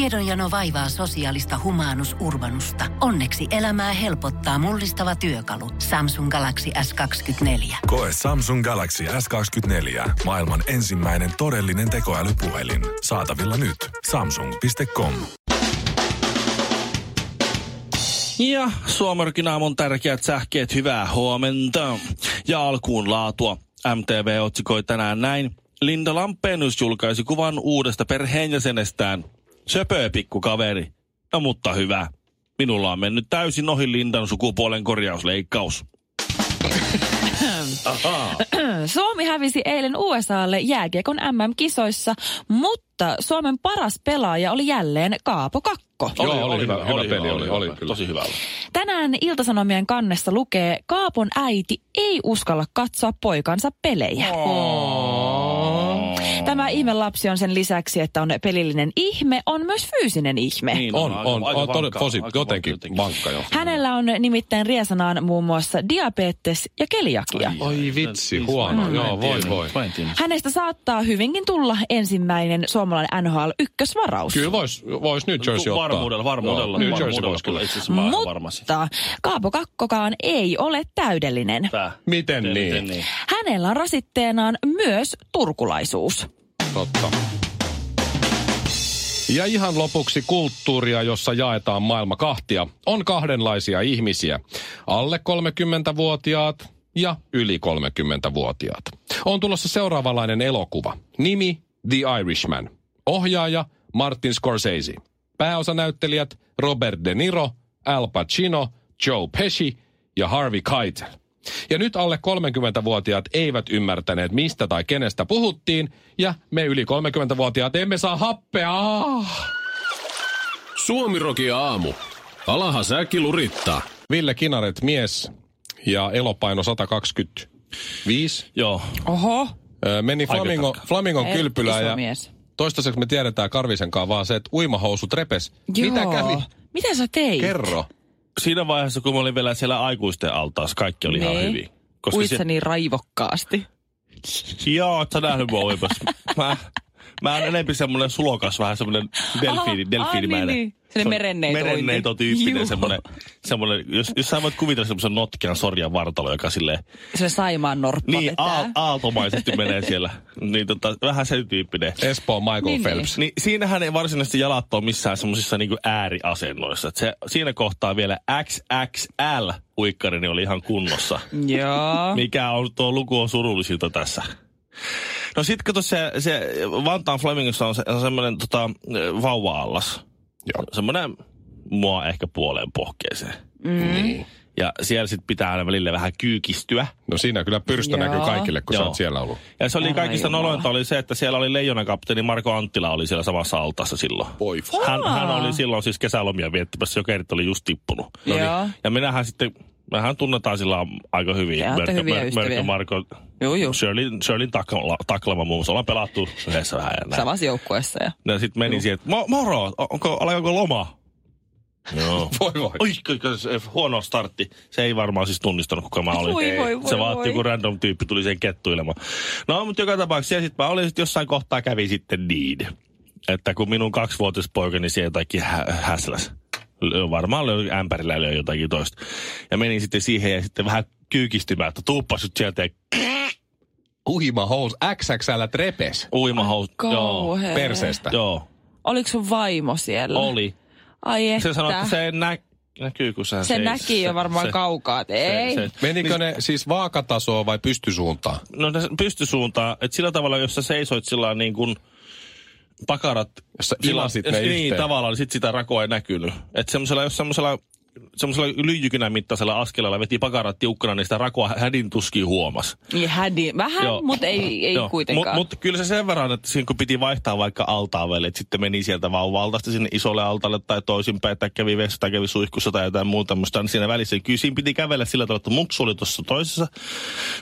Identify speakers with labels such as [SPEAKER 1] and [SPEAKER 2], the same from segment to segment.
[SPEAKER 1] Tiedonjano vaivaa sosiaalista humanus urbanusta. Onneksi elämää helpottaa mullistava työkalu. Samsung Galaxy S24.
[SPEAKER 2] Koe Samsung Galaxy S24. Maailman ensimmäinen todellinen tekoälypuhelin. Saatavilla nyt. Samsung.com.
[SPEAKER 3] Ja Suomarkin aamun tärkeät sähkeet, hyvää huomenta. Ja alkuun laatua. MTV otsikoi tänään näin. Linda Lampeenus julkaisi kuvan uudesta perheenjäsenestään. Söpöö pikkukaveri. No mutta hyvä. Minulla on mennyt täysin ohi Lindan sukupuolen korjausleikkaus. Ahaa.
[SPEAKER 4] Suomi hävisi eilen USAlle jääkiekon MM-kisoissa, mutta Suomen paras pelaaja oli jälleen Kaapo Kakko.
[SPEAKER 5] Joo, oli hyvä- hyvä peli, oli- oli kyllä.
[SPEAKER 3] Tosi hyvä oli.
[SPEAKER 4] Tänään Iltasanomien kannessa lukee, Kaapon äiti ei uskalla katsoa poikansa pelejä. Tämä ihme lapsi on sen lisäksi, että on pelillinen ihme, on myös fyysinen ihme.
[SPEAKER 3] Niin,
[SPEAKER 5] On,
[SPEAKER 3] aika-
[SPEAKER 5] on,
[SPEAKER 3] aika
[SPEAKER 5] on todella
[SPEAKER 3] vankka- Niin,
[SPEAKER 5] tosi
[SPEAKER 3] aika
[SPEAKER 5] jotenkin vankka jo.
[SPEAKER 4] Hänellä on nimittäin riesanaan muun muassa diabetes ja keliakia.
[SPEAKER 5] Oi vitsi, huono. Joo, voi voi.
[SPEAKER 3] Mä siis en tiedä.
[SPEAKER 4] Hänestä saattaa hyvinkin tulla ensimmäinen suomalainen NHL ykkösvaraus.
[SPEAKER 5] Kyllä vois, vois New Jersey ottaa.
[SPEAKER 3] Varmuudella, varmuudella.
[SPEAKER 5] Joo, New Jersey
[SPEAKER 3] varmuudella
[SPEAKER 5] vois kyllä.
[SPEAKER 3] Itse asiassa mä olen varmasti.
[SPEAKER 4] Mutta Kaapo Kakkokaan ei ole täydellinen.
[SPEAKER 3] Tää.
[SPEAKER 5] Miten niin?
[SPEAKER 3] Miten niin?
[SPEAKER 4] Hänellä on rasitteenaan myös turkulaisuus.
[SPEAKER 5] Totta. Ja ihan lopuksi kulttuuria, jossa jaetaan maailma kahtia, on kahdenlaisia ihmisiä. Alle 30-vuotiaat ja yli 30-vuotiaat. On tulossa seuraavanlainen elokuva. Nimi The Irishman. Ohjaaja Martin Scorsese. Pääosanäyttelijät Robert De Niro, Al Pacino, Joe Pesci ja Harvey Keitel. Ja nyt alle 30-vuotiaat eivät ymmärtäneet, mistä tai kenestä puhuttiin, ja me yli 30-vuotiaat emme saa happea.
[SPEAKER 6] Suomiroki aamu. Alaha säkki lurittaa.
[SPEAKER 5] Ville Kinaret, mies ja elopaino 125,
[SPEAKER 3] Joo.
[SPEAKER 4] Oho,
[SPEAKER 5] ö, Öö, meni
[SPEAKER 3] Aika
[SPEAKER 5] Flamingo,
[SPEAKER 3] tarkka.
[SPEAKER 5] Flamingon
[SPEAKER 4] Ei,
[SPEAKER 5] kylpylään
[SPEAKER 4] iso
[SPEAKER 5] ja
[SPEAKER 4] mies.
[SPEAKER 5] toistaiseksi me tiedetään Karvisenkaan vaan se, että uimahousut repes.
[SPEAKER 4] joo.
[SPEAKER 5] Mitä kävi?
[SPEAKER 4] Mitä sä teit?
[SPEAKER 5] Kerro.
[SPEAKER 3] Siinä vaiheessa, kun mä olin vielä siellä aikuisten altaassa, kaikki oli ihan
[SPEAKER 4] Niin.
[SPEAKER 3] hyvin.
[SPEAKER 4] Uit
[SPEAKER 3] se-
[SPEAKER 4] sä niin raivokkaasti.
[SPEAKER 3] Joo, oot sä nähnyt mua uimassa. Mä, mä oon enempi semmonen sulokas, vähän semmonen delfiini,
[SPEAKER 4] Aha,
[SPEAKER 3] delfiinimäinen.
[SPEAKER 4] ai niin, niin. Semmonen
[SPEAKER 3] Se on
[SPEAKER 4] merenneito-
[SPEAKER 3] Merenneito
[SPEAKER 4] Juu.
[SPEAKER 3] tyyppinen semmonen, semmonen, jos, jos sä voit kuvitella semmosen notkean sorjan vartalo, joka silleen,
[SPEAKER 4] Se saimaan norppa
[SPEAKER 3] niin
[SPEAKER 4] vetää.
[SPEAKER 3] aal, aaltomaisesti menee siellä. Niin tota, vähän sen tyyppinen.
[SPEAKER 5] Espoon Michael
[SPEAKER 4] Niin, niin.
[SPEAKER 5] Phelps.
[SPEAKER 3] Niin siinähän ei varsinaisesti jalat ole missään semmoisissa niinku ääriasennoissa. Et se, siinä kohtaa vielä XXL uikkarini oli ihan kunnossa.
[SPEAKER 4] Joo.
[SPEAKER 3] Mikä on tuo luku on surullisilta tässä. No sit kato se, se Vantaan Flamingossa on, se, on semmoinen tota, vauva-allas.
[SPEAKER 5] Joo.
[SPEAKER 3] Semmoinen mua ehkä puoleen pohkeeseen.
[SPEAKER 5] Niin.
[SPEAKER 3] Mm. Ja siellä sit pitää aina välillä vähän kyykistyä.
[SPEAKER 5] No siinä kyllä pyrstö
[SPEAKER 4] Joo.
[SPEAKER 5] näkyy kaikille, kun Joo. sä
[SPEAKER 3] Joo.
[SPEAKER 5] oot siellä ollut.
[SPEAKER 3] Ja se oli
[SPEAKER 4] Herra
[SPEAKER 3] kaikista
[SPEAKER 4] Jumala.
[SPEAKER 3] nolointa oli se, että siellä oli leijonakapteeni Marko Anttila oli siellä samassa altaassa silloin.
[SPEAKER 5] Voi
[SPEAKER 3] Hän,
[SPEAKER 4] Aa.
[SPEAKER 3] hän oli silloin siis kesälomia viettämässä, joka kerta oli just tippunut. No niin.
[SPEAKER 4] Joo.
[SPEAKER 3] Ja minähän sitten, mehän tunnetaan sillä aika hyvin.
[SPEAKER 4] Te olette hyviä ystäviä.
[SPEAKER 3] Mörkö Marko,
[SPEAKER 4] Joo, joo.
[SPEAKER 3] Shirleyn, Shirleyn takla, taklama muun muassa. Ollaan pelattu yhdessä vähän ja näin.
[SPEAKER 4] Samassa joukkueessa. Ja.
[SPEAKER 3] Ja sitten menin siihen, että "Mo- moro, onko, alkaako loma? Joo.
[SPEAKER 5] Voi voi.
[SPEAKER 3] Oi, k- k- se- huono startti. Se ei varmaan siis tunnistanut, kuka mä olin.
[SPEAKER 4] Voi,
[SPEAKER 3] Ei.
[SPEAKER 4] voi, voi,
[SPEAKER 3] se vaatti,
[SPEAKER 4] voi.
[SPEAKER 3] kun random tyyppi tuli sen kettuilemaan. No, mutta joka tapauksessa sitten mä olin sit jossain kohtaa kävi sitten niin, että kun minun kaksivuotias poikani siellä jotakin hä- häsläs. Lö- Varmaan löi ämpärillä löi jotakin toista. Ja menin sitten siihen ja sitten vähän kyykistymään, että tuuppas nyt sieltä ja
[SPEAKER 5] Uimahous XXL repes
[SPEAKER 3] uimahousut. Joo,
[SPEAKER 4] Kauhea.
[SPEAKER 5] perseestä.
[SPEAKER 3] joo,
[SPEAKER 4] Oliko sun vaimo siellä?
[SPEAKER 3] oli.
[SPEAKER 4] Ai että.
[SPEAKER 3] Se sanoi, että se nä- näkyy, kun sä
[SPEAKER 4] se näki jo varmaan kaukaa, että ei.
[SPEAKER 3] se-
[SPEAKER 5] Menikö ne siis vaakatasoa vai pystysuuntaan?
[SPEAKER 3] no ne pystysuuntaan, että sillä tavalla, jos sä seisoit sillä lailla niin kuin pakarat...
[SPEAKER 5] Jos sä
[SPEAKER 3] sillä-
[SPEAKER 5] ilasit ne
[SPEAKER 3] jos- Niin,
[SPEAKER 5] yhteen.
[SPEAKER 3] tavallaan, niin sit sitä rakoa ei näkynyt. Että semmoisella, jos semmoisella semmoisella lyijykynän mittaisella askelella veti pakarat tiukkana, niin sitä rakoa hädin tuskin huomas.
[SPEAKER 4] Niin hädi, vähän,
[SPEAKER 3] Joo.
[SPEAKER 4] mutta ei, ei
[SPEAKER 3] Joo.
[SPEAKER 4] kuitenkaan.
[SPEAKER 3] Mut, mut kyllä se sen verran, että siinä kun piti vaihtaa vaikka altaan välillä, että sitten meni sieltä vauvaltaista sinne isolle altaalle tai toisinpäin, että kävi vessa tai kävi suihkussa tai jotain muuta tämmöistä, niin siinä välissä. Kyllä siinä piti kävellä sillä tavalla, että muksu oli tuossa toisessa,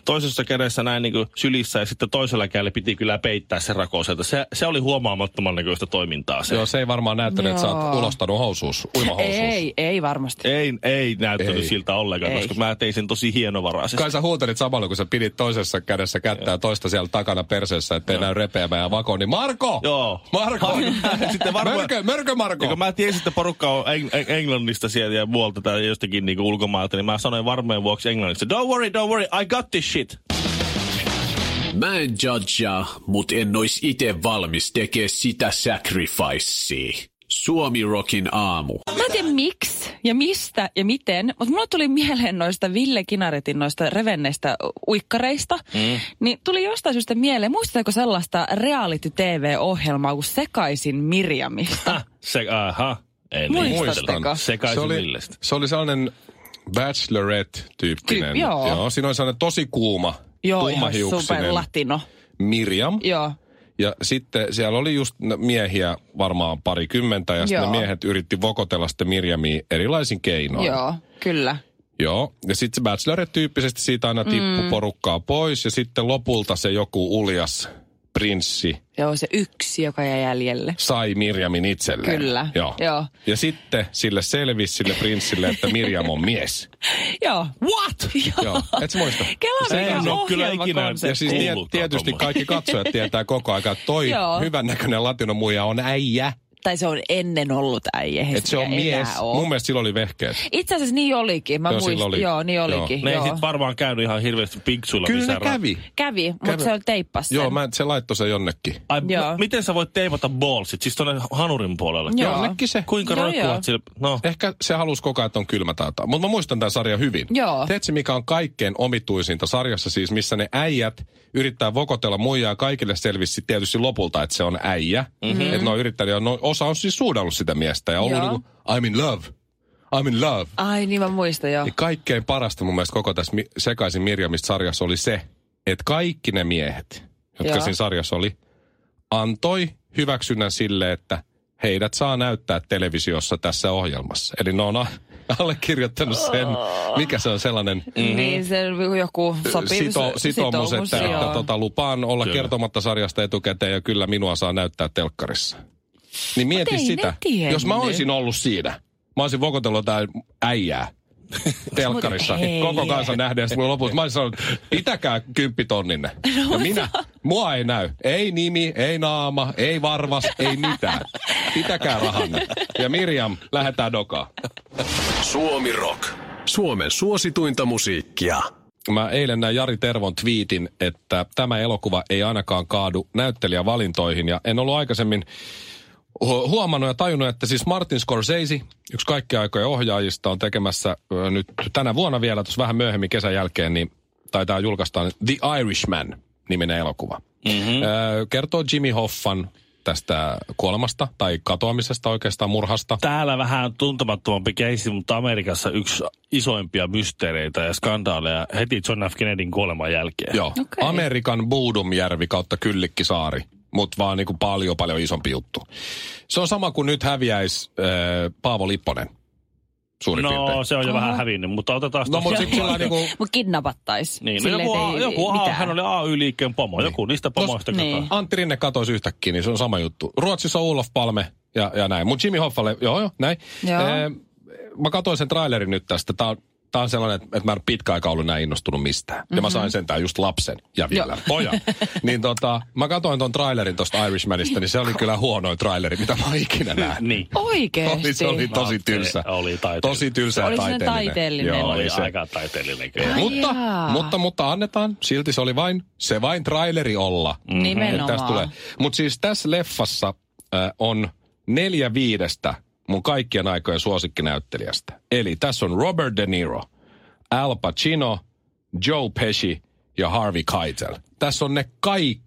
[SPEAKER 3] toisessa kädessä näin niin kuin sylissä ja sitten toisella kädellä piti kyllä peittää se rako sieltä. Se, se oli huomaamattoman näköistä toimintaa se.
[SPEAKER 5] Joo, se ei varmaan näyttänyt, että sä oot
[SPEAKER 4] Joo.
[SPEAKER 5] ulostanut housuus, uimahousuus.
[SPEAKER 4] ei, ei varmasti.
[SPEAKER 3] Ei, ei näyttänyt
[SPEAKER 5] Ei.
[SPEAKER 3] ei. siltä ollenkaan,
[SPEAKER 4] Ei.
[SPEAKER 3] ei. koska mä tein sen tosi hienovaraisesti.
[SPEAKER 5] Kai sä huutelit samalla, kun sä pidit toisessa kädessä kättä ja toista siellä takana perseessä, ettei näy repeämään ja vakoon. Niin Marko!
[SPEAKER 3] Joo.
[SPEAKER 5] Marko!
[SPEAKER 3] Sitten varmaan-
[SPEAKER 5] Mörkö, mörkö Marko!
[SPEAKER 3] Ja kun mä tiesin, että porukka on Eng- Eng- Englannista sieltä ja muualta tai jostakin niinku ulkomaalta, niin mä sanoin varmeen vuoksi englanniksi, don't worry, don't worry, I got this shit.
[SPEAKER 6] Mä en judgea, mut en ois ite valmis tekee sitä sacrificea. Suomi Rockin aamu.
[SPEAKER 4] Mä en tiedä miksi ja mistä ja miten, mutta mulla tuli mieleen noista Ville Kinaretin noista revenneistä uikkareista. Mm. Niin tuli jostain syystä mieleen, muistatko sellaista reality-tv-ohjelmaa kuin Sekaisin Mirjamista?
[SPEAKER 3] Se, aha. En
[SPEAKER 4] Muistatteko?
[SPEAKER 3] muistella.
[SPEAKER 5] se
[SPEAKER 3] Sekaisin
[SPEAKER 5] oli,
[SPEAKER 3] Villestä.
[SPEAKER 5] se oli sellainen bachelorette-tyyppinen.
[SPEAKER 4] Tyyppi, joo.
[SPEAKER 5] joo. siinä oli sellainen tosi kuuma,
[SPEAKER 4] Joo, ihan
[SPEAKER 5] tummahiuksinen
[SPEAKER 4] super latino.
[SPEAKER 5] Mirjam.
[SPEAKER 4] Joo.
[SPEAKER 5] Ja sitten siellä oli just nä- miehiä varmaan parikymmentä, ja sitten ne
[SPEAKER 4] Joo.
[SPEAKER 5] miehet yritti vokotella sitten Mirjamia erilaisin keinoin.
[SPEAKER 4] Joo, kyllä.
[SPEAKER 5] Joo, ja sitten se Bachelorette-tyyppisesti siitä aina tippui mm. porukkaa pois, ja sitten lopulta se joku uljas prinssi
[SPEAKER 4] Joo, se yksi, joka jäi jäljelle.
[SPEAKER 5] sai Mirjamin itselleen.
[SPEAKER 4] Kyllä,
[SPEAKER 5] Joo.
[SPEAKER 4] joo.
[SPEAKER 5] Ja sitten sille selvisi sille prinssille, että Mirjam on mies.
[SPEAKER 4] Joo. What?
[SPEAKER 5] Joo, et sä muista?
[SPEAKER 4] Kela
[SPEAKER 3] Se
[SPEAKER 4] mikä
[SPEAKER 3] en oo kyllä ikinä-
[SPEAKER 5] Ja siis tie,
[SPEAKER 3] Kuuluukaan
[SPEAKER 5] tietysti
[SPEAKER 3] tommoista.
[SPEAKER 5] kaikki katsojat tietää koko ajan, että toi
[SPEAKER 4] Joo.
[SPEAKER 5] hyvän näköinen latinomuija on äijä.
[SPEAKER 4] Tai se on ennen ollut äijä. eihän
[SPEAKER 5] Että se
[SPEAKER 4] sitä
[SPEAKER 5] on
[SPEAKER 4] enää
[SPEAKER 5] mies.
[SPEAKER 4] oo.
[SPEAKER 5] Mun mielestä sillä oli vehkeet.
[SPEAKER 4] Itse asiassa niin olikin. Mä
[SPEAKER 5] Joo,
[SPEAKER 4] joo,
[SPEAKER 5] sillä
[SPEAKER 4] muistin.
[SPEAKER 5] oli.
[SPEAKER 4] Joo, niin
[SPEAKER 5] Joo.
[SPEAKER 4] olikin.
[SPEAKER 3] Ne ei
[SPEAKER 4] Joo.
[SPEAKER 3] sit varmaan käynyt ihan hirveästi piksuilla
[SPEAKER 5] Kyllä ne
[SPEAKER 3] missään ra-
[SPEAKER 5] kävi.
[SPEAKER 4] Kävi,
[SPEAKER 5] Kävi.
[SPEAKER 4] mutta se oli teippas sen.
[SPEAKER 5] Joo, mä, se laittoi se jonnekin.
[SPEAKER 3] Ai,
[SPEAKER 4] Joo.
[SPEAKER 3] m- miten sä voit teipata ballsit? Siis tuonne hanurin puolelle.
[SPEAKER 4] Joo.
[SPEAKER 5] Jonnekin se.
[SPEAKER 3] Kuinka
[SPEAKER 4] Joo, joo.
[SPEAKER 3] roikkuvat sillä? No,
[SPEAKER 5] Ehkä se halusi koko ajan, että on kylmä tai jotain. Mutta mä muistan tämän sarjan hyvin.
[SPEAKER 4] Joo.
[SPEAKER 5] Tiedätkö, mikä on kaikkein omituisinta sarjassa siis, missä ne äijät yrittää vokotella muijaa ja kaikille selvisi sit tietysti lopulta, että se on äijä. Mm-hmm. Että ne on yrittänyt, ja no, osa on siis suudellut sitä miestä ja ollut
[SPEAKER 4] Mhm. Joo.
[SPEAKER 5] niinku, I'm in love, I'm in love.
[SPEAKER 4] Ai niin, mä muistan joo.
[SPEAKER 5] Ja kaikkein parasta mun mielestä koko tässä Mi- sekaisin Mirjamista sarjassa oli se, että kaikki ne miehet, jotka
[SPEAKER 4] Joo.
[SPEAKER 5] siinä sarjassa oli, antoi hyväksynnän sille, että heidät saa näyttää televisiossa tässä ohjelmassa. Eli ne on a- allekirjoittanut sen, mikä se on sellainen
[SPEAKER 4] Mm-hmm. Niin se joku sopimus.
[SPEAKER 5] sito, sitoumus, että,
[SPEAKER 4] joo.
[SPEAKER 5] että tota, lupaan olla kyllä.
[SPEAKER 3] Kyllä.
[SPEAKER 5] kertomatta sarjasta etukäteen ja kyllä minua saa näyttää telkkarissa. Niin mieti
[SPEAKER 4] ei ne
[SPEAKER 5] sitä.
[SPEAKER 4] tiennyt.
[SPEAKER 5] Jos mä olisin ollut siinä, mä olisin vokotellut jotain äijää telkkarissa.
[SPEAKER 4] Mut ei.
[SPEAKER 5] Koko kansan nähden ja sitten lopussa mä olisin sanonut, pitäkää kymppitonninne.
[SPEAKER 4] No,
[SPEAKER 5] Ja minä, mua ei näy. Ei nimi, ei naama, ei varvas, ei mitään. Pitäkää rahanne. Ja Mirjam, lähetään dokaan.
[SPEAKER 6] Suomi Rock. Suomen suosituinta musiikkia.
[SPEAKER 5] Mä eilen näin Jari Tervon twiitin, että tämä elokuva ei ainakaan kaadu näyttelijävalintoihin. Ja en ollut aikaisemmin hu- huomannut ja tajunnut, että siis Martin Scorsese, yksi kaikkia aikojen ohjaajista, on tekemässä ö, nyt tänä vuonna vielä, tuossa vähän myöhemmin kesän jälkeen, niin taitaa julkaistaan The Irishman niminen elokuva. Mm-hmm. Kertoo Jimmy Hoffan tästä kuolemasta tai katoamisesta oikeastaan murhasta.
[SPEAKER 3] täällä vähän tuntemattomampi keissi, mutta Amerikassa yksi isoimpia mysteereitä ja skandaaleja heti John F. Kennedyn kuoleman jälkeen.
[SPEAKER 5] Joo. Okay.
[SPEAKER 4] Okei.
[SPEAKER 5] Amerikan Buudumjärvi kautta Kyllikkisaari, mutta vaan niin kuin paljon paljon isompi juttu. Se on sama kuin nyt häviäisi äh, Paavo Lipponen, suurin piirtein.
[SPEAKER 3] No, se on jo vähän hävinnyt, mutta otetaan
[SPEAKER 5] No,
[SPEAKER 3] tosta-
[SPEAKER 5] mutta sitten sillä on niin kuin,
[SPEAKER 4] Mut kidnapattais.
[SPEAKER 3] Niin, no
[SPEAKER 4] Silleen,
[SPEAKER 3] joku,
[SPEAKER 4] et
[SPEAKER 3] A,
[SPEAKER 4] ei
[SPEAKER 3] joku A,
[SPEAKER 4] mitään.
[SPEAKER 3] hän oli AY-liikkeen pomo,
[SPEAKER 5] Niin.
[SPEAKER 3] joku niistä pomoista
[SPEAKER 4] Tos-
[SPEAKER 3] niin.
[SPEAKER 4] niin.
[SPEAKER 5] Antti Rinne katosi yhtäkkiä, niin se on sama juttu. Ruotsissa on Olof Palme ja, ja näin. Mutta Jimmy Hoffalle, joo joo, näin.
[SPEAKER 4] Joo.
[SPEAKER 5] Ee, mä katsoin sen trailerin nyt tästä. Tää on, tää on sellainen, että mä en pitkä aika ollut näin innostunut mistään. Mm-hmm. Ja mä sain sentään just lapsen ja vielä
[SPEAKER 4] Mhm. Joo.
[SPEAKER 5] pojan. niin tota, mä katsoin ton trailerin tosta Irishmanista, niin se oli kyllä huonoin traileri, mitä mä oon ikinä nähnyt.
[SPEAKER 3] Niin.
[SPEAKER 4] Oikeesti.
[SPEAKER 5] Oli, se oli tosi tylsä.
[SPEAKER 3] Oli taiteellinen.
[SPEAKER 5] Tosi tylsä ja
[SPEAKER 4] Oliko se
[SPEAKER 5] taiteellinen.
[SPEAKER 4] taiteellinen?
[SPEAKER 5] Joo, oli
[SPEAKER 3] Oli
[SPEAKER 5] se. Siis-
[SPEAKER 3] aika taiteellinen kyllä.
[SPEAKER 4] Ai
[SPEAKER 5] Mutta,
[SPEAKER 4] jaa.
[SPEAKER 5] mutta, mutta annetaan. Silti se oli vain, se vain traileri olla.
[SPEAKER 3] Mm.
[SPEAKER 4] Mm-hmm. Nimenomaan.
[SPEAKER 5] Niin, Tästä tulee. Mutta siis tässä leffassa äh, on neljä viidestä mun kaikkien aikojen suosikkinäyttelijästä. Eli tässä on Robert De Niro, Al Pacino, Joe Pesci ja Harvey Keitel. Tässä on ne kaikki.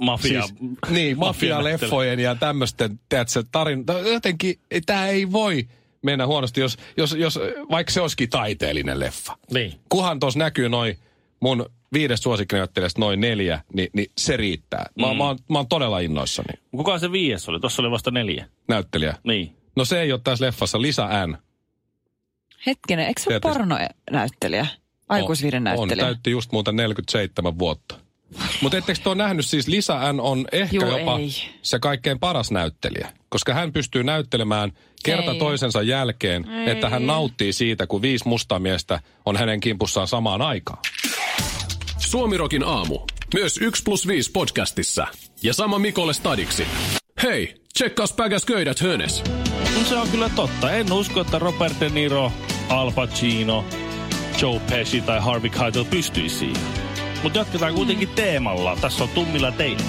[SPEAKER 3] Mafia-
[SPEAKER 5] niin, mafialeffojen ja tämmöisten, tiedätkö, tarin, tai jotenkin tämä ei voi mennä huonosti, jos, jos, jos, vaikka se olisikin taiteellinen leffa.
[SPEAKER 3] Niin.
[SPEAKER 5] Kuhan tuossa näkyy noin mun viidestä suosikkinäyttelijästä noin neljä, niin, niin se riittää. Mä, mm. mä, oon, mä oon todella innoissani
[SPEAKER 3] Kuka se viides oli? Tuossa oli vasta neljä.
[SPEAKER 5] näyttelijä.
[SPEAKER 3] Niin.
[SPEAKER 5] No se ei ole tässä leffassa Lisa N.
[SPEAKER 4] Hetkinen, eikö se ole
[SPEAKER 5] Tietysti.
[SPEAKER 4] pornonäyttelijä? Aikuisviiden
[SPEAKER 5] On,
[SPEAKER 4] näyttelijä.
[SPEAKER 5] täytti just muuten 47 vuotta. Mutta ettekö te ole nähnyt siis, Lisa N on ehkä
[SPEAKER 4] Juu,
[SPEAKER 5] jopa
[SPEAKER 4] ei.
[SPEAKER 5] se kaikkein paras näyttelijä. Koska hän pystyy näyttelemään kerta
[SPEAKER 4] Ei.
[SPEAKER 5] toisensa jälkeen, ei. että hän nauttii siitä, kun viisi mustaa miestä on hänen kimpussaan samaan aikaan.
[SPEAKER 6] Suomirokin aamu. Myös 1 plus 5 podcastissa. Ja sama Mikolle stadiksi. Hei, tsekkaus päkäs köydät hönes.
[SPEAKER 3] No se on kyllä totta. En usko, että Robert De Niro, Al Pacino, Joe Pesci tai Harvey Keitel pystyisi siihen. Mutta jatketaan kuitenkin teemalla. Tässä on tummilla teillä.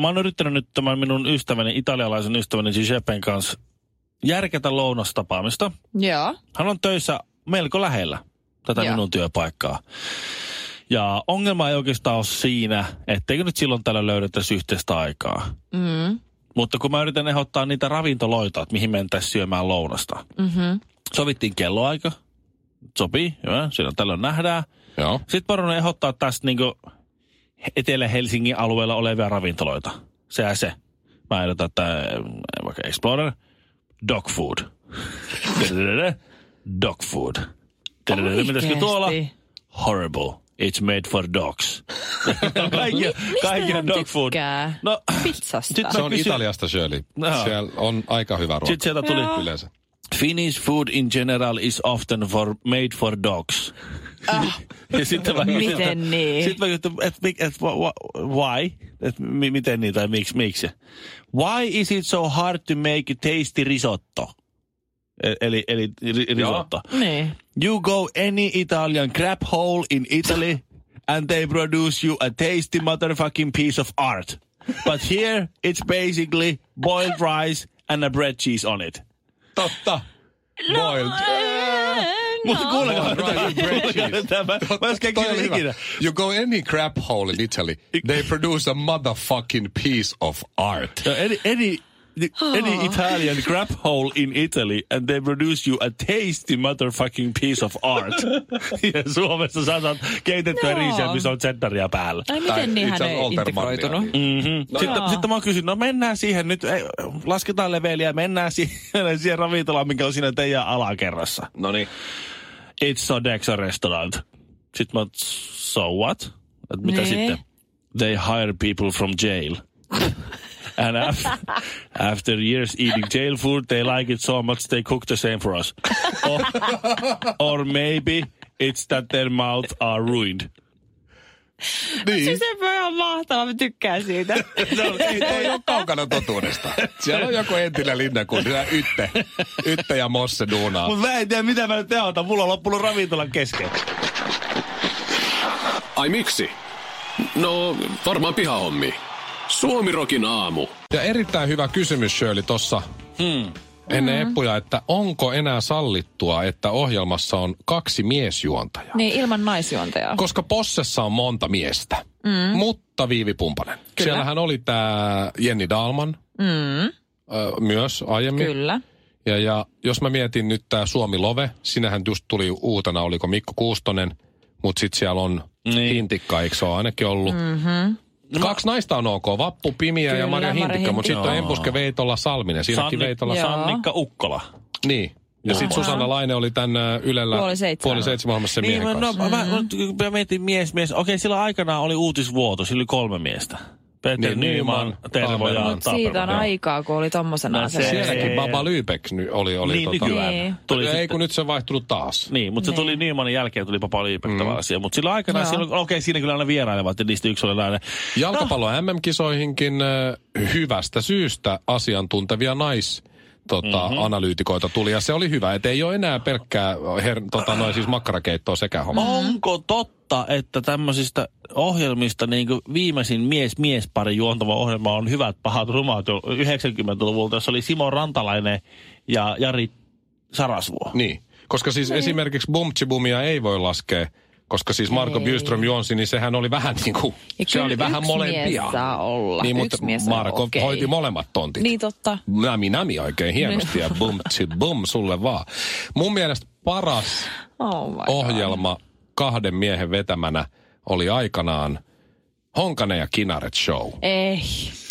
[SPEAKER 3] Mä oon yrittänyt nyt tämän minun ystäväni, italialaisen ystäväni Giuseppen kanssa järkätä lounastapaamista.
[SPEAKER 4] Joo.
[SPEAKER 3] Hän on töissä melko lähellä tätä
[SPEAKER 4] Joo.
[SPEAKER 3] minun työpaikkaa. Ja ongelma ei oikeastaan ole siinä, etteikö nyt silloin täällä löydettäisi yhteistä aikaa.
[SPEAKER 4] Mm.
[SPEAKER 3] Mutta kun mä yritän ehdottaa niitä ravintoloita, että mihin mentäisiin syömään lounasta.
[SPEAKER 4] Mm-hmm.
[SPEAKER 3] Sovittiin kelloaika. Sopii, hyvä. Silloin tällöin nähdään.
[SPEAKER 5] Joo.
[SPEAKER 3] Sitten Paronen ehdottaa tästä niinku Etelä-Helsingin alueella olevia ravintoloita. Sehän se. Mä ehdotan, että eh, vaikka Explorer, Dog Food. Tadadada, dog Food. Tadadada, Mitäskö tuolla?
[SPEAKER 4] Oikeesti?
[SPEAKER 3] Horrible. It's made for dogs. kaikki, kaikki
[SPEAKER 4] hän
[SPEAKER 3] on dog food.
[SPEAKER 4] tykkää?
[SPEAKER 3] No,
[SPEAKER 4] Pizzasta.
[SPEAKER 3] Sit
[SPEAKER 5] Se
[SPEAKER 3] Mä
[SPEAKER 5] on
[SPEAKER 3] kysyn-
[SPEAKER 5] Italiasta, Shirley.
[SPEAKER 3] Joo.
[SPEAKER 5] Siellä on aika hyvä ruoka
[SPEAKER 3] sit sieltä tuli.
[SPEAKER 4] Joo.
[SPEAKER 5] yleensä.
[SPEAKER 3] Finnish food in general is often for, made for dogs. ja sitten mä kysyin,
[SPEAKER 4] Ah. Miten
[SPEAKER 3] että-
[SPEAKER 4] niin?
[SPEAKER 3] Sitten mä kysyin, että et, et, why? Et, mi, miten niin tai miksi? miksi? Why is it so hard to make tasty risotto? E- Eli, eli ri, risotto.
[SPEAKER 4] Niin.
[SPEAKER 3] You go any Italian crap hole in Italy and they produce you a tasty motherfucking piece of art. But here it's basically boiled rice and a bread cheese on it.
[SPEAKER 5] Totta. No, Boiled.
[SPEAKER 3] Mutta no. kuulekaa
[SPEAKER 5] Boiled rice and bread cheese.
[SPEAKER 3] tämä. Mä äsken
[SPEAKER 5] Toi oli
[SPEAKER 3] kyllä
[SPEAKER 5] hyvä.
[SPEAKER 3] ikinä.
[SPEAKER 5] You go any crap hole in Italy, they produce a motherfucking piece of art.
[SPEAKER 3] No, any, any, any Italian crap hole in Italy and they produce you a tasty motherfucking piece of art. ja Suomessa sä saat keitettyä
[SPEAKER 4] Joo.
[SPEAKER 3] riisiä, missä on tsenttaria päällä.
[SPEAKER 4] Tai
[SPEAKER 5] Tai
[SPEAKER 4] miten niin hän
[SPEAKER 5] itse asiassa
[SPEAKER 4] ei
[SPEAKER 5] Oltermannia,
[SPEAKER 4] integroitunut?
[SPEAKER 5] niin.
[SPEAKER 3] No, sitten,
[SPEAKER 4] joo.
[SPEAKER 3] sitten mä kysyn, no mennään siihen nyt, ei, lasketaan leveliä, mennään siihen, siihen ravintolaan, mikä on siinä teidän alakerrassa.
[SPEAKER 5] No niin.
[SPEAKER 3] It's a Dexa restaurant. Sitten mä, so what? Et mitä
[SPEAKER 4] Nee.
[SPEAKER 3] sitten? They hire people from jail. And after, after years eating jail food, they like it so much they cook the same for us. Or, or maybe it's that their mouths are ruined.
[SPEAKER 5] Niin.
[SPEAKER 4] Se on ihan mahtavaa, mä tykkään siitä.
[SPEAKER 5] No, ei toi ole kaukana totuudesta. Siellä on joku entinen linnakunta, siellä Ytte. Ytte ja Mosse duunaa.
[SPEAKER 3] Mutta mä en tiedä, mitä mä nyt teotan. Mulla on loppunut ravintolan kesken.
[SPEAKER 6] Ai miksi? No, varmaan pihahommi. Suomirokin aamu.
[SPEAKER 5] Ja erittäin hyvä kysymys Shirley tossa Hmm. ennen
[SPEAKER 4] Mm-hmm.
[SPEAKER 5] eppuja, että onko enää sallittua, että ohjelmassa on kaksi miesjuontajaa?
[SPEAKER 4] niin, ilman naisjuontajaa.
[SPEAKER 5] Koska Possessa on monta miestä, mm. mutta Viivi Pumpanen. Kyllä. Siellähän oli tämä Jenni Dalman mm. ö, myös aiemmin.
[SPEAKER 4] Kyllä.
[SPEAKER 5] Ja, ja jos mä mietin nyt tämä Suomi Love, sinähän just tuli uutena, oliko Mikko Kuustonen, mutta sitten siellä on
[SPEAKER 3] Niin. No
[SPEAKER 5] niin. Hintikka, eikö se ole ainakin ollut? Mm-hmm. Kaksi naista on ok, Vappu Pimiä
[SPEAKER 4] Kyllä,
[SPEAKER 5] ja Maria
[SPEAKER 4] Maria
[SPEAKER 5] Hintikka, mutta sitten on
[SPEAKER 3] Hintikka.
[SPEAKER 5] Empuske Veitolla Salminen, siinäkin Veitolla
[SPEAKER 4] Joo.
[SPEAKER 3] Sannikka Ukkola.
[SPEAKER 5] Niin. Ja sitten Susanna Laine oli tämän ö, Ylellä
[SPEAKER 4] Puoli seitsemän.
[SPEAKER 5] puoli seitsemän ohjelmassa sen
[SPEAKER 3] Niin,
[SPEAKER 5] miehen
[SPEAKER 3] mä, no,
[SPEAKER 5] kanssa.
[SPEAKER 3] mä, mä,
[SPEAKER 4] Mm-hmm.
[SPEAKER 3] mä mietin mies, mies. Okei, silloin aikanaan oli uutisvuoto, sillä oli kolme miestä. Peter
[SPEAKER 5] Niin,
[SPEAKER 3] Nyman,
[SPEAKER 5] Nyman, tota
[SPEAKER 3] Tervo ja
[SPEAKER 5] Taberman.
[SPEAKER 4] Siitä on
[SPEAKER 3] Taberman.
[SPEAKER 4] aikaa, kun oli tommosena
[SPEAKER 3] No se-
[SPEAKER 4] asiassa.
[SPEAKER 5] Sielläkin
[SPEAKER 3] Ei.
[SPEAKER 5] Baba Lübeck ny- oli, oli
[SPEAKER 3] Niin,
[SPEAKER 5] tota,
[SPEAKER 3] nykyään.
[SPEAKER 4] Niin.
[SPEAKER 3] Tuli
[SPEAKER 5] ei
[SPEAKER 3] sitten-
[SPEAKER 5] kun nyt se on vaihtunut taas.
[SPEAKER 3] Niin, mutta se
[SPEAKER 4] Niin.
[SPEAKER 3] tuli Nymanin jälkeen, tuli Papa Liipek mm. asia. Mutta silloin aikanaan,
[SPEAKER 4] Joo.
[SPEAKER 3] siinä, oli- okei, siinä kyllä aina vierailevat, ja niistä yksi oli nainen.
[SPEAKER 5] Jalkapallo MM-kisoihinkin ö, hyvästä syystä asiantuntevia nais Tota,
[SPEAKER 4] Mhm.
[SPEAKER 5] mm-hmm. analyytikoita tuli ja se oli hyvä, että ei ole enää pelkkää her, tota, noin siis makkarakeittoa sekä homma.
[SPEAKER 4] Mm-hmm. No.
[SPEAKER 3] Onko totta, että tämmöisistä ohjelmista niin viimeisin mies miespari juontava ohjelma on Hyvät pahat rumat jo 90-luvulta, jossa oli Simo Rantalainen ja Jari Sarasvuo.
[SPEAKER 5] Niin, koska siis esimerkiksi Bumtsibumia ei voi laskea, koska siis Marko Bjurström juonsi, niin sehän oli vähän niin kuin,
[SPEAKER 4] Ja
[SPEAKER 5] se
[SPEAKER 4] kyllä
[SPEAKER 5] oli vähän
[SPEAKER 4] yksi
[SPEAKER 5] molempia.
[SPEAKER 4] mies saa olla.
[SPEAKER 5] Niin,
[SPEAKER 4] Yksi
[SPEAKER 5] mutta
[SPEAKER 4] mies on
[SPEAKER 5] Marko
[SPEAKER 4] okei.
[SPEAKER 5] hoiti molemmat tontit.
[SPEAKER 4] Niin totta.
[SPEAKER 5] Nami nami oikein hienosti ja bum tsi bum sulle vaan. Mun mielestä paras
[SPEAKER 4] Oh my God.
[SPEAKER 5] ohjelma kahden miehen vetämänä oli aikanaan Honkanen ja Kinaret show.
[SPEAKER 4] Ei.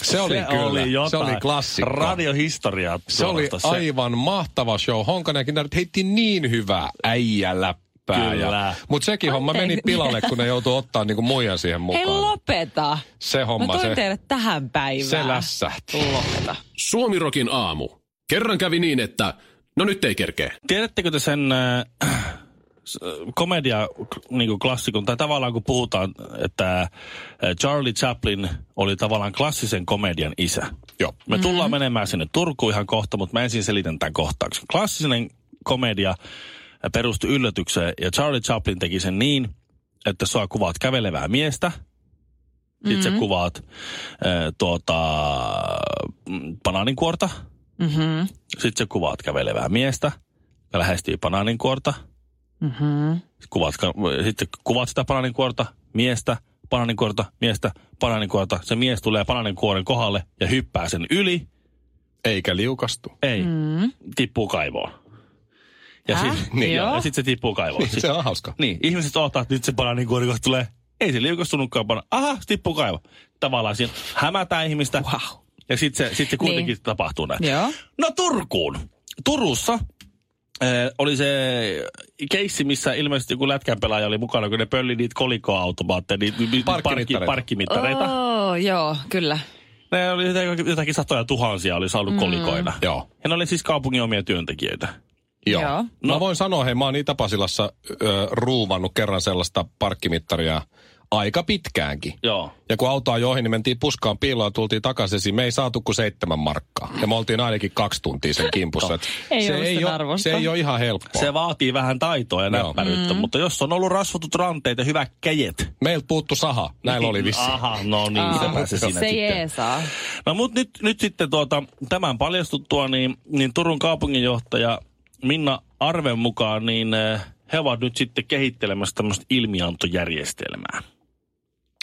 [SPEAKER 5] Se oli kyllä, se oli klassikko.
[SPEAKER 3] Radiohistoriaa
[SPEAKER 5] se oli
[SPEAKER 3] suorastaan.
[SPEAKER 5] aivan mahtava show. Honkanen ja Kinaret heitti niin hyvää äijä läppää. läppää.
[SPEAKER 3] Kyllä.
[SPEAKER 5] Ja, mutta sekin homma meni
[SPEAKER 4] Anteeksi.
[SPEAKER 5] pilalle, kun ne joutuu ottaa niinku muijan siihen
[SPEAKER 4] Hei
[SPEAKER 5] mukaan.
[SPEAKER 4] lopeta.
[SPEAKER 5] Se homma,
[SPEAKER 4] Mä toin
[SPEAKER 5] se-
[SPEAKER 4] teille tähän päivään.
[SPEAKER 5] Se lässähti.
[SPEAKER 4] Lopeta.
[SPEAKER 6] Suomirokin aamu. Kerran kävi niin, että no nyt ei kerkeä.
[SPEAKER 3] Tiedättekö te sen äh, s- komedia niin kuin klassikon, tai tavallaan kun puhutaan, että äh, Charlie Chaplin oli tavallaan klassisen komedian isä.
[SPEAKER 5] Joo.
[SPEAKER 3] Me tullaan mm-hmm. menemään sinne Turkuun ihan kohta, mutta mä ensin selitän tämän kohtauksen. Klassinen komedia äh, perustui yllätykseen, ja Charlie Chaplin teki sen niin, että sua kuvaat kävelevää miestä, mm-hmm. sit sä kuvaat äh, tuota, mm, banaaninkuorta,
[SPEAKER 4] Mm-hmm.
[SPEAKER 3] sitten sä kuvaat kävelevää miestä, joka lähestyy banaaninkuorta.
[SPEAKER 4] Mm-hmm.
[SPEAKER 3] Kuvaat, ka- sitten kuvaat sitä banaaninkuorta, miestä, banaaninkuorta, miestä, banaaninkuorta. Se mies tulee banaaninkuoren kohdalle ja hyppää sen yli.
[SPEAKER 5] Eikä liukastu.
[SPEAKER 3] Ei, mm. tippuu kaivoon. Ja
[SPEAKER 4] Häh?
[SPEAKER 3] sitten niin,
[SPEAKER 4] Äh, Joo.
[SPEAKER 3] ja sit se tippuu kaivoon. Sit,
[SPEAKER 5] Se on hauska.
[SPEAKER 3] niin, ihmiset odottaa, että nyt se banaaninkuori kohta tulee. Ei se liukastunutkaan banaan. Aha, se tippuu kaivoon. Tavallaan siinä hämätään ihmistä. Wow. Ja sitten se, sit se kuitenkin niin. tapahtuu näin.
[SPEAKER 4] Joo.
[SPEAKER 3] No Turkuun. Turussa äh, oli se keissi, missä ilmeisesti joku lätkän pelaaja oli mukana, kun ne pölli niitä kolikoautomaatteja, niitä ni- ni- parkki,
[SPEAKER 5] Parkkimittareita.
[SPEAKER 3] parkkimittareita.
[SPEAKER 4] Oh, joo, kyllä.
[SPEAKER 3] Ne oli jotakin- jotakin satoja tuhansia oli saanut mm. kolikoina.
[SPEAKER 5] Joo.
[SPEAKER 3] Ja ne oli siis kaupungin omia työntekijöitä.
[SPEAKER 5] Joo.
[SPEAKER 4] Joo.
[SPEAKER 5] No. Mä voin sanoa, hei, mä oon Itä-Pasilassa ö, ruuvannut kerran sellaista parkkimittaria aika pitkäänkin.
[SPEAKER 3] Joo.
[SPEAKER 5] Ja kun auto ajoi ohi, niin mentiin puskaan piiloon ja tultiin takaisin. Me ei saatu kuin seitsemän markkaa. Ja me oltiin ainakin kaksi tuntia sen kimpussa. Et
[SPEAKER 4] Ei
[SPEAKER 5] se,
[SPEAKER 4] ollut
[SPEAKER 5] ei
[SPEAKER 4] sen
[SPEAKER 5] ole,
[SPEAKER 4] arvosta.
[SPEAKER 5] se ei ole ihan helppoa. Se...
[SPEAKER 3] Se vaatii vähän taitoa ja
[SPEAKER 5] Joo.
[SPEAKER 3] näppäryyttä, mm. mutta jos on ollut rasvotut ranteet ja hyvät käjet.
[SPEAKER 5] Meiltä puuttu saha. Näillä oli vissiin.
[SPEAKER 3] Aha, no niin,
[SPEAKER 4] Aa,
[SPEAKER 3] se pääsi siinä
[SPEAKER 4] Ah, se
[SPEAKER 3] sitten.
[SPEAKER 4] jeesaa.
[SPEAKER 3] No mut nyt, nyt sitten tuota, tämän paljastuttua, niin, niin Turun kaupunginjohtaja Minna Arven mukaan, niin eh, he ovat nyt sitten kehittelemässä tämmöistä ilmiantojärjestelmää.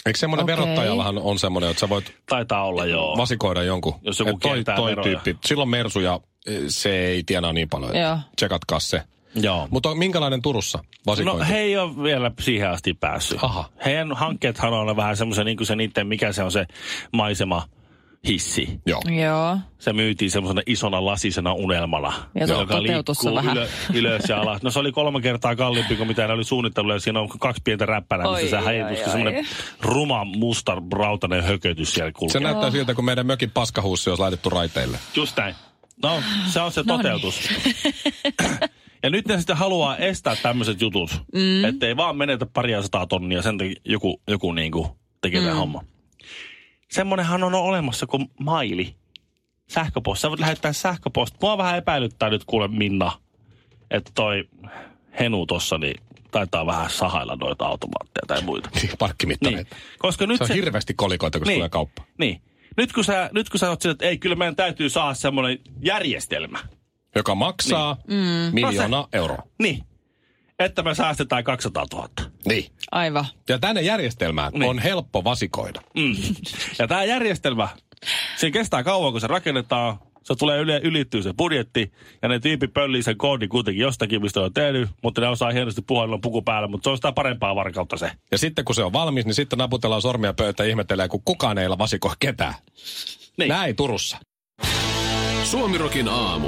[SPEAKER 5] Eikö semmoinen
[SPEAKER 4] Okei.
[SPEAKER 5] okay. verottajallahan on semmoinen, että sä voit
[SPEAKER 3] Taitaa olla joo.
[SPEAKER 5] vasikoida jonkun.
[SPEAKER 3] Jos joku
[SPEAKER 5] Et toi,
[SPEAKER 3] kiertää
[SPEAKER 5] toi
[SPEAKER 3] veroja.
[SPEAKER 5] tyyppi. Silloin Mersu ja e, se ei tienaa niin paljon.
[SPEAKER 4] Joo.
[SPEAKER 5] Joo. Tsekatkaa se.
[SPEAKER 3] joo.
[SPEAKER 5] Mutta minkälainen Turussa
[SPEAKER 3] No
[SPEAKER 5] vasikointi?
[SPEAKER 3] he ei ole vielä siihen asti päässyt.
[SPEAKER 5] Aha.
[SPEAKER 3] Heidän hankkeethan on aina vähän semmoisen, niin kuin se niiden, mikä se on se maisema hissi.
[SPEAKER 5] Joo.
[SPEAKER 4] Joo.
[SPEAKER 3] Se myytiin semmoisena isona lasisena unelmana,
[SPEAKER 4] Ja se toteutui se vähän.
[SPEAKER 3] ylö, ylös ja alas. No se oli kolme kertaa kalliimpi kuin mitä ne oli suunnitteluja. Siinä on kaksi pientä räppänää,
[SPEAKER 4] Oi,
[SPEAKER 3] missä se
[SPEAKER 4] oi,
[SPEAKER 3] häilytys,
[SPEAKER 4] oi.
[SPEAKER 3] semmoinen ruma, musta, rautainen hökötys siellä kulkee.
[SPEAKER 5] Se näyttää siltä, kun meidän mökin paskahuussi olisi laitettu raiteille.
[SPEAKER 3] Just näin. No, se on se toteutus. ja nyt ne sitten haluaa estää tämmöiset jutut, mm. ettei vaan menetä paria sataa tonnia sen takia joku, joku niinku tekee mm. homma. Semmonenhan on olemassa kuin maili. Sähköposti. Sä voit lähettää sähköposti. Mua vähän epäilyttää nyt kuule Minna, että toi Henu tossa niin taitaa vähän sahailla noita automaatteja tai muita. Niin.
[SPEAKER 5] Parkkimittareita.
[SPEAKER 3] Koska nyt
[SPEAKER 5] Se on hirveästi kolikoita, kun niin. tulee kauppa.
[SPEAKER 3] Niin. Nyt kun sä, nyt kun sä oot sillä, että ei, kyllä meidän täytyy saada semmoinen järjestelmä.
[SPEAKER 5] Joka maksaa niin. miljoona no euroa.
[SPEAKER 3] Niin. Että me säästetään 200 000.
[SPEAKER 5] Niin.
[SPEAKER 4] Aivan.
[SPEAKER 5] Ja tänne järjestelmään
[SPEAKER 3] Niin.
[SPEAKER 5] niin. on helppo vasikoida.
[SPEAKER 3] Mm. Ja tämä järjestelmä, se kestää kauan, kun se rakennetaan. Se tulee yli, ylittyy se budjetti, ja ne tyyppi pöllii sen koodin kuitenkin jostakin, mistä ne on tehnyt, mutta ne osaa hienosti puhua, niillä on puku päällä, mutta se on sitä parempaa varkautta se.
[SPEAKER 5] Ja sitten kun se on valmis, niin sitten naputellaan sormia pöytään ja ihmetellään, kun kukaan ei ole vasikoi ketään.
[SPEAKER 3] Niin.
[SPEAKER 5] Niin. Näin Turussa.
[SPEAKER 6] Suomirokin aamu.